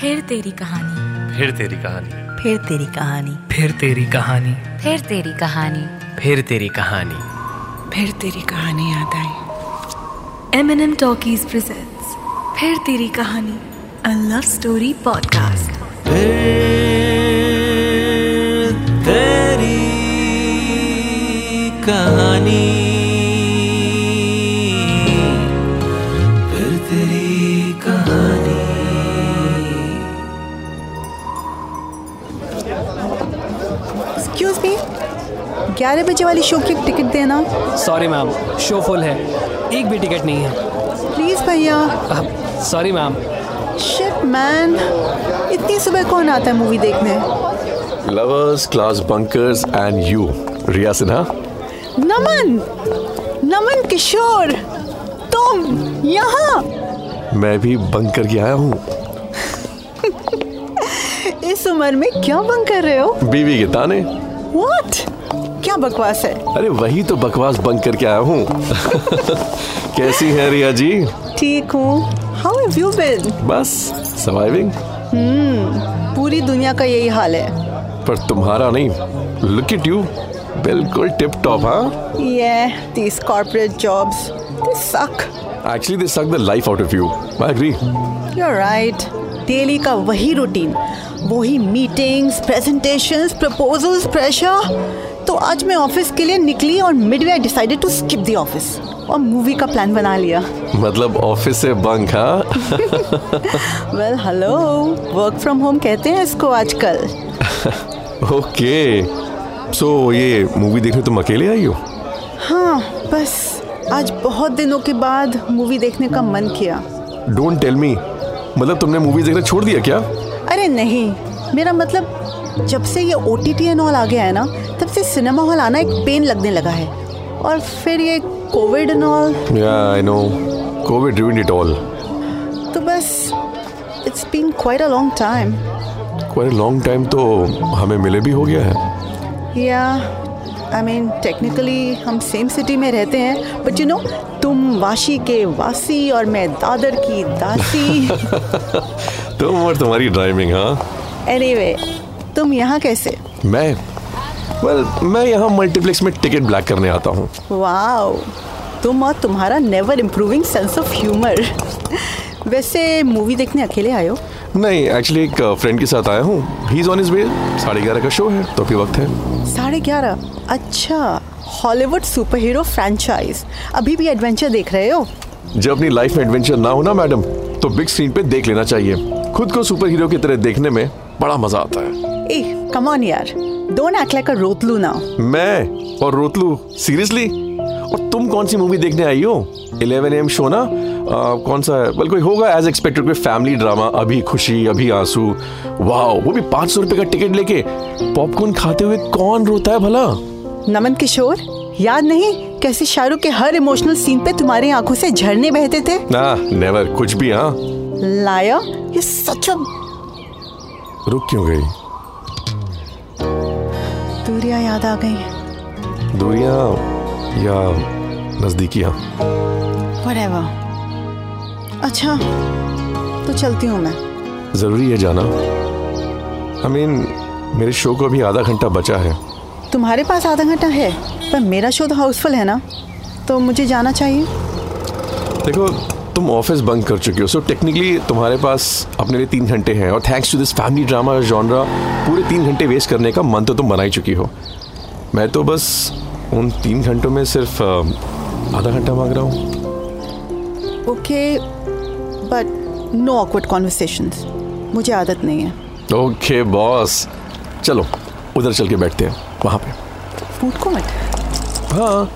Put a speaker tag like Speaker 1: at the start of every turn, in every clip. Speaker 1: फिर तेरी कहानी
Speaker 2: फिर तेरी कहानी
Speaker 3: फिर तेरी कहानी
Speaker 4: फिर तेरी कहानी
Speaker 1: फिर तेरी कहानी
Speaker 2: फिर तेरी कहानी
Speaker 5: फिर तेरी कहानी याद आई
Speaker 6: M N M talkies presents फिर तेरी कहानी अ लव स्टोरी पॉडकास्ट
Speaker 7: तेरी कहानी फिर तेरी कहानी
Speaker 3: एक्सक्यूज मी ग्यारह बजे वाली शो की टिकट देना
Speaker 8: सॉरी मैम शो फुल है एक भी टिकट नहीं है
Speaker 3: प्लीज़ भैया
Speaker 8: uh, sorry ma'am
Speaker 3: shit man इतनी सुबह कौन आता है मूवी देखने
Speaker 9: Lovers, Class Bunkers, and you, Riya Sinha.
Speaker 3: नमन नमन किशोर तुम यहाँ
Speaker 9: मैं भी बंक करके आया हूँ
Speaker 3: इस उम्र में क्या बंक कर रहे हो
Speaker 9: बीवी के ताने
Speaker 3: व्हाट क्या बकवास है
Speaker 9: अरे वही तो बकवास बंक करके आया हूँ कैसी है रिया जी
Speaker 3: ठीक हूँ हाउ हैव यू बीन
Speaker 9: बस सर्वाइविंग
Speaker 3: पूरी दुनिया का यही हाल है
Speaker 9: पर तुम्हारा नहीं लुक एट यू बिल्कुल टिप टॉप हाँ
Speaker 3: ये these corporate jobs they suck
Speaker 9: actually they suck the life out of you I agree
Speaker 3: you right daily का वही रूटीन वही मीटिंग्स प्रेजेंटेशंस प्रपोजल्स प्रेशर तो आज मैं ऑफिस के लिए निकली और midway I decided to skip the office और मूवी का प्लान बना लिया
Speaker 9: मतलब ऑफिस से बंक हाँ
Speaker 3: well hello work from home कहते हैं इसको आजकल
Speaker 9: ओके सो ये मूवी देखने तुम अकेले आई हो
Speaker 3: हाँ बस आज बहुत दिनों के बाद मूवी देखने का मन किया
Speaker 9: डोंट टेल मी मतलब तुमने मूवी देखना छोड़ दिया क्या
Speaker 3: अरे नहीं मेरा मतलब जब से ये O T T and all आ गया है ना तब से सिनेमा हॉल आना एक पेन लगने लगा है और फिर ये कोविड एंड ऑल
Speaker 9: या I know covid ruined it all
Speaker 3: तो बस it's been quite a long time
Speaker 9: quite long time तो हमें मिले भी हो गया है
Speaker 3: या आई मीन टेक्निकली हम सेम सिटी में रहते हैं बट यू नो तुम वाशी के वासी और मैं दादर की दासी
Speaker 9: तुम और तो तुम्हारी ड्राइविंग हाँ
Speaker 3: एनीवे तुम यहाँ कैसे
Speaker 9: मैं वेल मैं यहाँ मल्टीप्लेक्स में टिकट ब्लैक करने आता हूँ
Speaker 3: वाओ तुम और तुम्हारा never improving sense of humour वैसे मूवी देखने अकेले आए हो
Speaker 9: नहीं एक्चुअली एक फ्रेंड के साथ आया हूँ he is on his way साढ़े ग्यारह का शो है तो अभी वक्त है
Speaker 3: साढ़े ग्यारह अच्छा हॉलीवुड सुपर हीरो फ्रेंचाइज अभी भी एडवेंचर देख रहे हो
Speaker 9: जब अपनी लाइफ में एडवेंचर ना हो ना मैडम तो बिग स्क्रीन पे देख लेना चाहिए खुद को सुपर हीरो की तरह देखने में बड़ा मजा आता है
Speaker 3: ए कम ऑन यार डोंट एक्ट लाइक अ रोतलू ना
Speaker 9: मैं और रोतलू सीरियसली और तुम कौन सी मूवी देखने आई हो 11 एम शो ना आ, कौन सा है बल कोई होगा एज एक्सपेक्टेड कोई फैमिली ड्रामा अभी खुशी अभी आंसू वाह वो भी पाँच सौ रुपये का टिकट लेके पॉपकॉर्न खाते हुए कौन रोता है भला
Speaker 3: नमन किशोर याद नहीं कैसे शाहरुख के हर इमोशनल सीन पे तुम्हारी आंखों से झरने बहते थे
Speaker 9: ना नेवर कुछ भी हाँ
Speaker 3: लाया ये सच अ
Speaker 9: रुक क्यों गई
Speaker 3: दूरियां याद आ गई
Speaker 9: दूरियाँ या हाँ। नज़दीकियाँ
Speaker 3: Whatever. अच्छा तो चलती हूँ मैं
Speaker 9: ज़रूरी है जाना आई मीन मेरे शो को अभी आधा घंटा बचा है
Speaker 3: तुम्हारे पास आधा घंटा है पर मेरा शो तो हाउसफुल है ना तो मुझे जाना चाहिए
Speaker 9: देखो तुम ऑफिस बंद कर चुके हो सो टेक्निकली तुम्हारे पास अपने लिए तीन घंटे हैं और thanks to this family drama genre पूरे तीन घंटे वेस्ट करने का मन तो तुम बना ही चुकी हो मैं तो बस उन तीन घंटों में सिर्फ अ, आधा घंटा मांग रहा हूँ
Speaker 3: okay but no awkward conversations मुझे आदत नहीं है
Speaker 9: ओके बॉस चलो उधर चल के बैठते हैं वहाँ पे
Speaker 3: फूड कोर्ट
Speaker 9: हाँ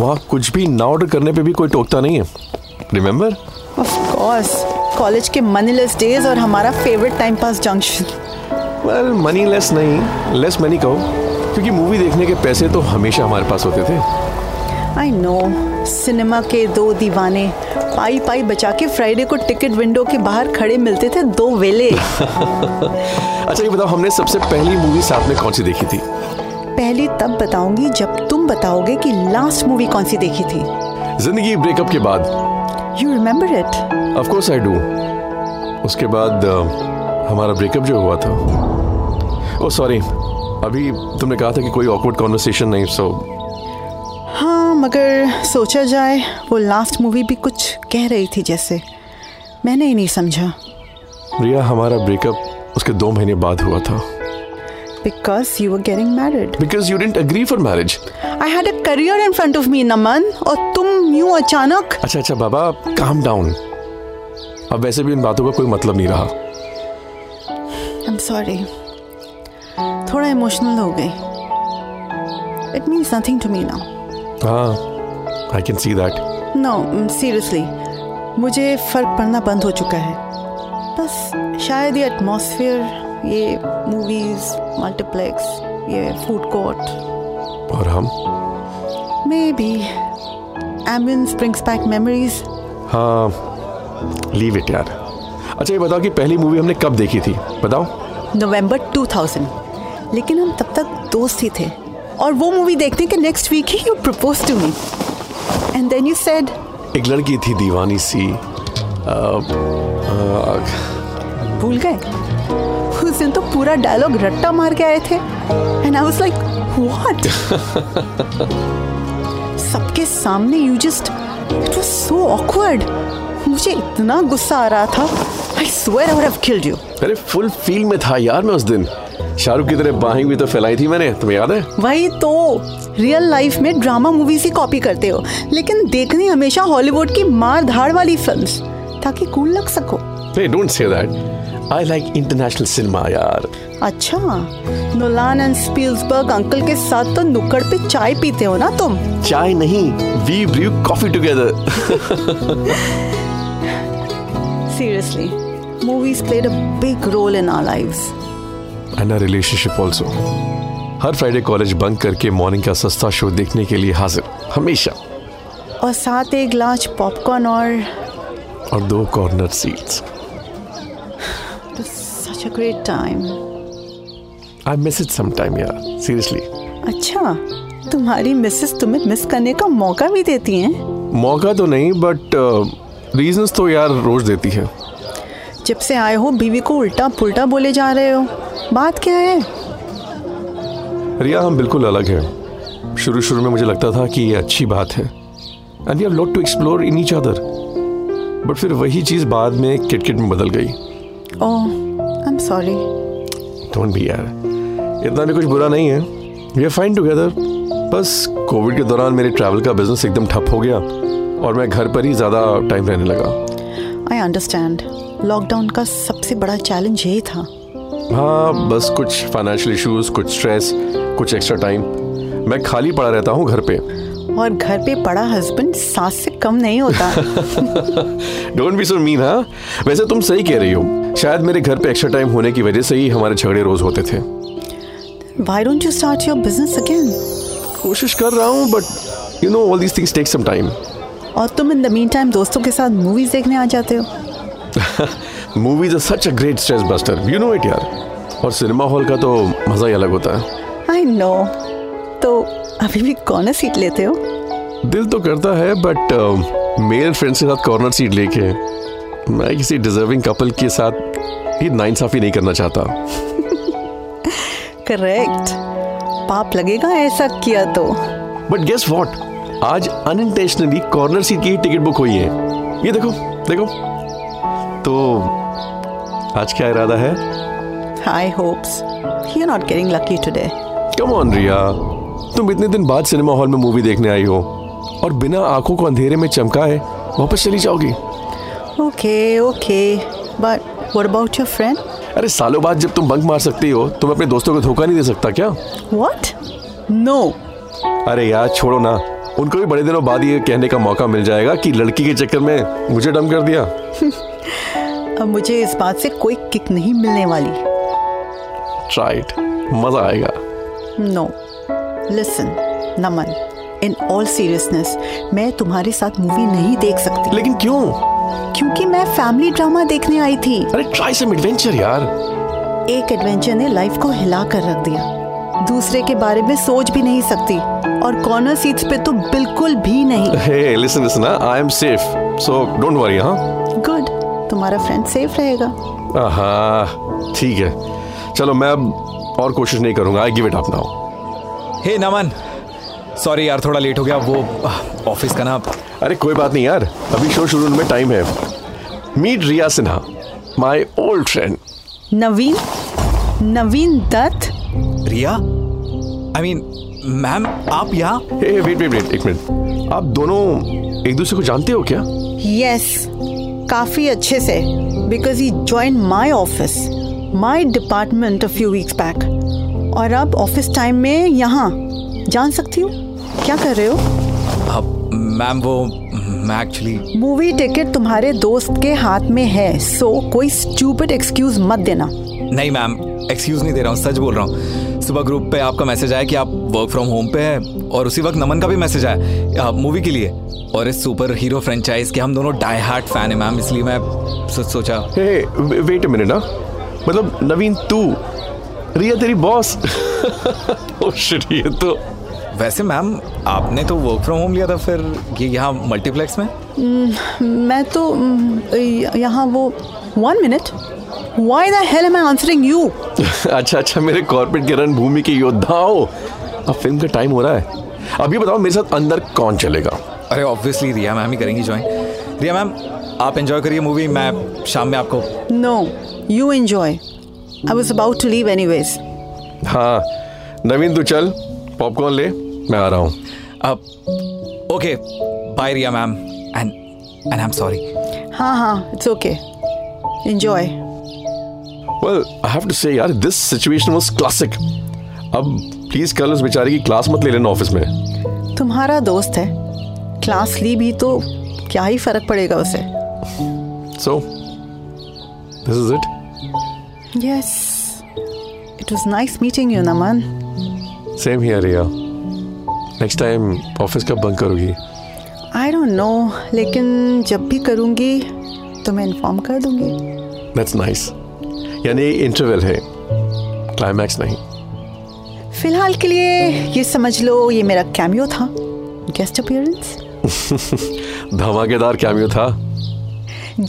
Speaker 9: वहाँ कुछ भी ना ऑर्डर करने पे भी कोई टोकता नहीं है रिमेंबर
Speaker 3: ऑफ कोर्स कॉलेज के मनीलेस डेज और हमारा favourite time pass junction
Speaker 9: well money less नहीं लेस मनी कहो क्योंकि मूवी देखने के पैसे तो हमेशा हमारे पास होते थे
Speaker 3: आई नो सिनेमा के दो दीवाने पाई पाई बचा के फ्राइडे को टिकट विंडो के बाहर खड़े मिलते थे दो वेले
Speaker 9: अच्छा ये बताओ हमने सबसे पहली मूवी साथ में कौन सी देखी थी
Speaker 3: पहली तब बताऊंगी जब तुम बताओगे कि लास्ट मूवी कौन सी देखी थी
Speaker 9: जिंदगी ब्रेकअप के बाद
Speaker 3: you remember it
Speaker 9: of course I do उसके बाद अ, हमारा ब्रेकअप जो हुआ था ओ सॉरी अभी तुमने कहा था कि कोई ऑकवर्ड कॉन्वर्सेशन नहीं सो
Speaker 3: हाँ मगर सोचा जाए वो लास्ट मूवी भी कुछ कह रही थी जैसे मैंने ही नहीं समझा
Speaker 9: रिया हमारा ब्रेकअप उसके दो महीने बाद हुआ था
Speaker 3: because you are getting married
Speaker 9: because you didn't agree for marriage
Speaker 3: I had a career in front of me Naman और तुम यूं अचानक
Speaker 9: अच्छा अच्छा बाबा काम डाउन अब वैसे भी इन बातों का कोई मतलब नहीं रहा
Speaker 3: आई एम सॉरी थोड़ा इमोशनल हो गई it means nothing to me now
Speaker 9: हाँ I can see that
Speaker 3: no seriously mm, मुझे फर्क पड़ना बंद हो चुका है बस शायद ये एटमॉस्फेयर ये मूवीज मल्टीप्लेक्स ये फूड कोर्ट
Speaker 9: और हम
Speaker 3: maybe ambience brings back memories
Speaker 9: हाँ लीव इट यार अच्छा ये बताओ कि पहली मूवी हमने कब देखी थी बताओ
Speaker 3: नवंबर 2000 लेकिन हम तब तक दोस्त ही थे और वो मूवी देखने के नेक्स्ट वीक ही you propose to me and then you said
Speaker 9: एक लड़की थी दीवानी सी Uh, अ, अ,
Speaker 3: भूल गए उस दिन तो पूरा डायलॉग रट्टा मार के आए थे and I was like what सबके सामने you just it was so awkward मुझे इतना गुस्सा आ रहा था I swear I would have killed you
Speaker 9: अरे फुल फील में था यार मैं उस दिन शाहरुख की तरह बाहें भी तो फैलाई थी मैंने तुम्हें याद है
Speaker 3: वही तो रियल लाइफ में ड्रामा मूवीज ही कॉपी करते हो लेकिन देखनी हमेशा हॉलीवुड की मार धाड़ वाली फिल्म्स ताकि कूल लग सको
Speaker 9: नहीं don't say that I like international cinema यार
Speaker 3: अच्छा नोलान एंड स्पील्सबर्ग अंकल के साथ तो नुक्कड़ पे चाय पीते हो ना तुम
Speaker 9: चाय नहीं we Bru coffee together
Speaker 3: Seriously, movies played a big role in our lives.
Speaker 9: And relationship also हर फ्राइडे कॉलेज बंक करके मॉर्निंग का सस्ता शो देखने के लिए हाजिर हमेशा
Speaker 3: और साथ एक गिलास पॉपकॉर्न और
Speaker 9: और दो corner seats
Speaker 3: such a great time.
Speaker 9: I miss it some time यार सीरियसली
Speaker 3: अच्छा तुम्हारी मिसेस तुम्हें मिस करने का मौका भी देती हैं
Speaker 9: मौका तो नहीं बट रीजंस तो यार रोज देती है
Speaker 3: जब से आए हो बीवी को उल्टा पुल्टा बोले जा रहे हो बात क्या है
Speaker 9: रिया हम बिल्कुल अलग हैं शुरू शुरू में मुझे लगता था कि ये अच्छी बात है and we have lot to explore in each other but फिर वही चीज़ बाद में किटकिट में बदल गई
Speaker 3: oh I am sorry
Speaker 9: don't भी यार इतना भी कुछ बुरा नहीं है वी आर फाइन टुगेदर बस कोविड के दौरान मेरे ट्रैवल का बिजनेस एकदम ठप हो गया और मैं घर पर ही ज़्यादा टाइम रहने लगा
Speaker 3: आई अंडरस्टैंड लॉकडाउन का सबसे बड़ा चैलेंज यही था
Speaker 9: हाँ बस कुछ फाइनेंशियल इश्यूज कुछ स्ट्रेस कुछ एक्स्ट्रा टाइम मैं खाली पड़ा रहता हूँ घर पे
Speaker 3: और घर पे पड़ा हस्बैंड सास से कम नहीं होता
Speaker 9: डोंट बी सो मीन हाँ वैसे तुम सही कह रही हो शायद मेरे घर पे एक्स्ट्रा टाइम होने की वजह से ही हमारे झगड़े रोज होते थे
Speaker 3: why don't you start your business again
Speaker 9: कोशिश कर रहा हूँ but you know all these things take some time
Speaker 3: और तुम इन द मीन टाइम दोस्तों के साथ मूवीज देखने आ जाते हो
Speaker 9: movies are such a great stress buster you know it यार और सिनेमा हॉल का तो मज़ा ही अलग होता है
Speaker 3: आई नो तो अभी भी कॉर्नर सीट लेते हो
Speaker 9: दिल तो करता है बट मेल फ्रेंड के साथ कॉर्नर सीट लेके मैं किसी डिजर्विंग कपल के साथ ये नाइंसाफी नहीं करना चाहता
Speaker 3: करेक्ट पाप लगेगा ऐसा किया तो
Speaker 9: बट गेस व्हाट आज अनइंटेंशनली कॉर्नर सीट की ही टिकट बुक हुई है ये देखो देखो तो आज क्या इरादा है
Speaker 3: I hopes you not getting lucky today
Speaker 9: come on Riya तुम इतने दिन बाद सिनेमा हॉल में मूवी देखने आई हो और बिना आंखों को अंधेरे में चमकाए वापस चली जाओगी
Speaker 3: okay okay but what about your friend
Speaker 9: अरे सालों बाद जब तुम बंक मार सकती हो तुम अपने दोस्तों को धोखा नहीं दे सकता क्या
Speaker 3: व्हाट नो
Speaker 9: अरे यार छोड़ो ना उनको भी बड़े दिनों बाद ये कहने का मौका मिल जाएगा कि लड़की के चक्कर में मुझे डम कर दिया
Speaker 3: अब मुझे इस बात से कोई किक नहीं मिलने वाली
Speaker 9: ट्राई इट मजा आएगा
Speaker 3: no listen Naman in all seriousness मैं तुम्हारे साथ मूवी नहीं देख सकती
Speaker 9: लेकिन क्यों
Speaker 3: क्योंकि मैं फैमिली ड्रामा देखने आई थी
Speaker 9: अरे ट्राई सम एडवेंचर यार
Speaker 3: एक एडवेंचर ने लाइफ को हिला कर रख दिया दूसरे के बारे में सोच भी नहीं सकती और कॉर्नर सीट्स पे तो बिल्कुल भी नहीं
Speaker 9: हाँ, Hey, listen, listen. Huh? I am safe, so don't worry, huh?
Speaker 3: Good तुम्हारा फ्रेंड सेफ रहेगा
Speaker 9: हाँ ठीक है चलो मैं अब और कोशिश नहीं करूंगा I give it up now
Speaker 4: hey Naman sorry यार थोड़ा लेट हो गया वो ऑफिस का ना
Speaker 9: अरे कोई बात नहीं यार अभी शो शुरू होने में टाइम है meet Riya Sinha my old friend
Speaker 3: Naveen Naveen Dutt
Speaker 4: Riya I mean ma'am आप यहाँ
Speaker 9: ए वेट वेट वेट एक मिनट आप दोनों एक दूसरे को जानते हो क्या
Speaker 3: यस काफी अच्छे से because he join my office my department a few weeks back और अब ऑफिस टाइम में यहाँ जान सकती हूँ क्या कर रहे हो
Speaker 4: अब मैम हाँ, वो मैं एक्चुअली
Speaker 3: मूवी टिकट तुम्हारे दोस्त के हाथ में है सो कोई स्टूपिड एक्सक्यूज मत देना
Speaker 4: नहीं मैम एक्सक्यूज नहीं दे रहा हूँ सच बोल रहा हूँ सुबह ग्रुप पे आपका मैसेज आया कि आप वर्क फ्रॉम होम पे हैं और उसी वक्त नमन का भी मैसेज आया मूवी के लिए और इस सुपर हीरो फ्रेंचाइज के हम दोनों डाई हार्ट फैन हैं मैम इसलिए मैं सो, सोचा
Speaker 9: ए वेट अ मिनट ना मतलब नवीन तू रिया तेरी बॉस ओ शिट ये तो
Speaker 4: वैसे मैम आपने तो वर्क फ्रॉम होम लिया था फिर ये यहाँ मल्टीप्लेक्स में
Speaker 3: मैं तो mm, य- यहाँ वो one minute why the hell am I answering you
Speaker 9: अच्छा अच्छा मेरे कॉर्पोरेट के रणभूमि के योद्धाओं अब फिल्म का टाइम हो रहा है अब ये बताओ मेरे साथ अंदर कौन चलेगा
Speaker 4: अरे ऑब्वियसली रिया मैम ही करेंगी ज्वाइन रिया मैम आप एंजॉय करिए मूवी मैं शाम में आपको
Speaker 3: No, you enjoy. I was about to leave anyways.
Speaker 9: हाँ नवीन तू चल पॉपकॉर्न ले मैं आ रहा हूँ
Speaker 4: अब okay bye Riya ma'am and and I am sorry
Speaker 3: हाँ हाँ it's okay. Enjoy.
Speaker 9: Well I have to say यार दिस सिचुएशन वाज क्लासिक अब प्लीज कल उस बेचारे की क्लास मत ले लेना ऑफिस में
Speaker 3: तुम्हारा दोस्त है क्लास ली भी तो क्या ही फर्क पड़ेगा उसे
Speaker 9: so this is it
Speaker 3: yes it was nice meeting you Naman
Speaker 9: same here Riya next time office कब बंद करोगी
Speaker 3: आई डोंट नो लेकिन जब भी करूँगी तो मैं इन्फॉर्म कर दूंगी
Speaker 9: दैट्स नाइस यानी इंटरवल है क्लाइमैक्स नहीं
Speaker 3: फिलहाल के लिए ये समझ लो ये मेरा कैमियो था गेस्ट अपीयरेंस
Speaker 9: धमाकेदार कैमियो था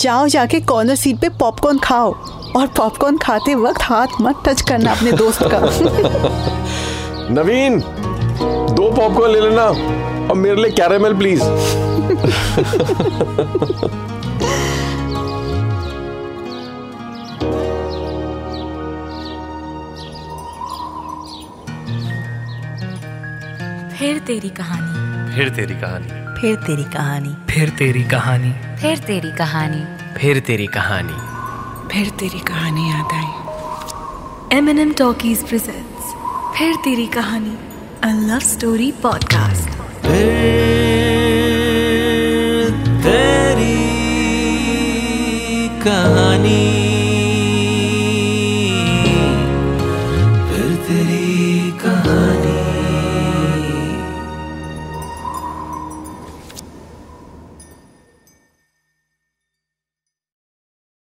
Speaker 3: जाओ जाके कॉर्नर सीट पे पॉपकॉर्न खाओ और पॉपकॉर्न खाते वक्त हाथ मत टच करना अपने दोस्त का
Speaker 9: नवीन दो पॉपकॉर्न ले लेना और मेरे लिए कैरामेल प्लीज
Speaker 1: फिर तेरी कहानी
Speaker 2: फिर तेरी कहानी
Speaker 1: फिर तेरी कहानी
Speaker 8: फिर तेरी कहानी
Speaker 1: फिर तेरी कहानी
Speaker 2: फिर तेरी कहानी
Speaker 5: फिर तेरी कहानी याद आई
Speaker 6: M&M Talkies presents फिर तेरी कहानी a love story podcast.
Speaker 7: फिर तेरी कहानी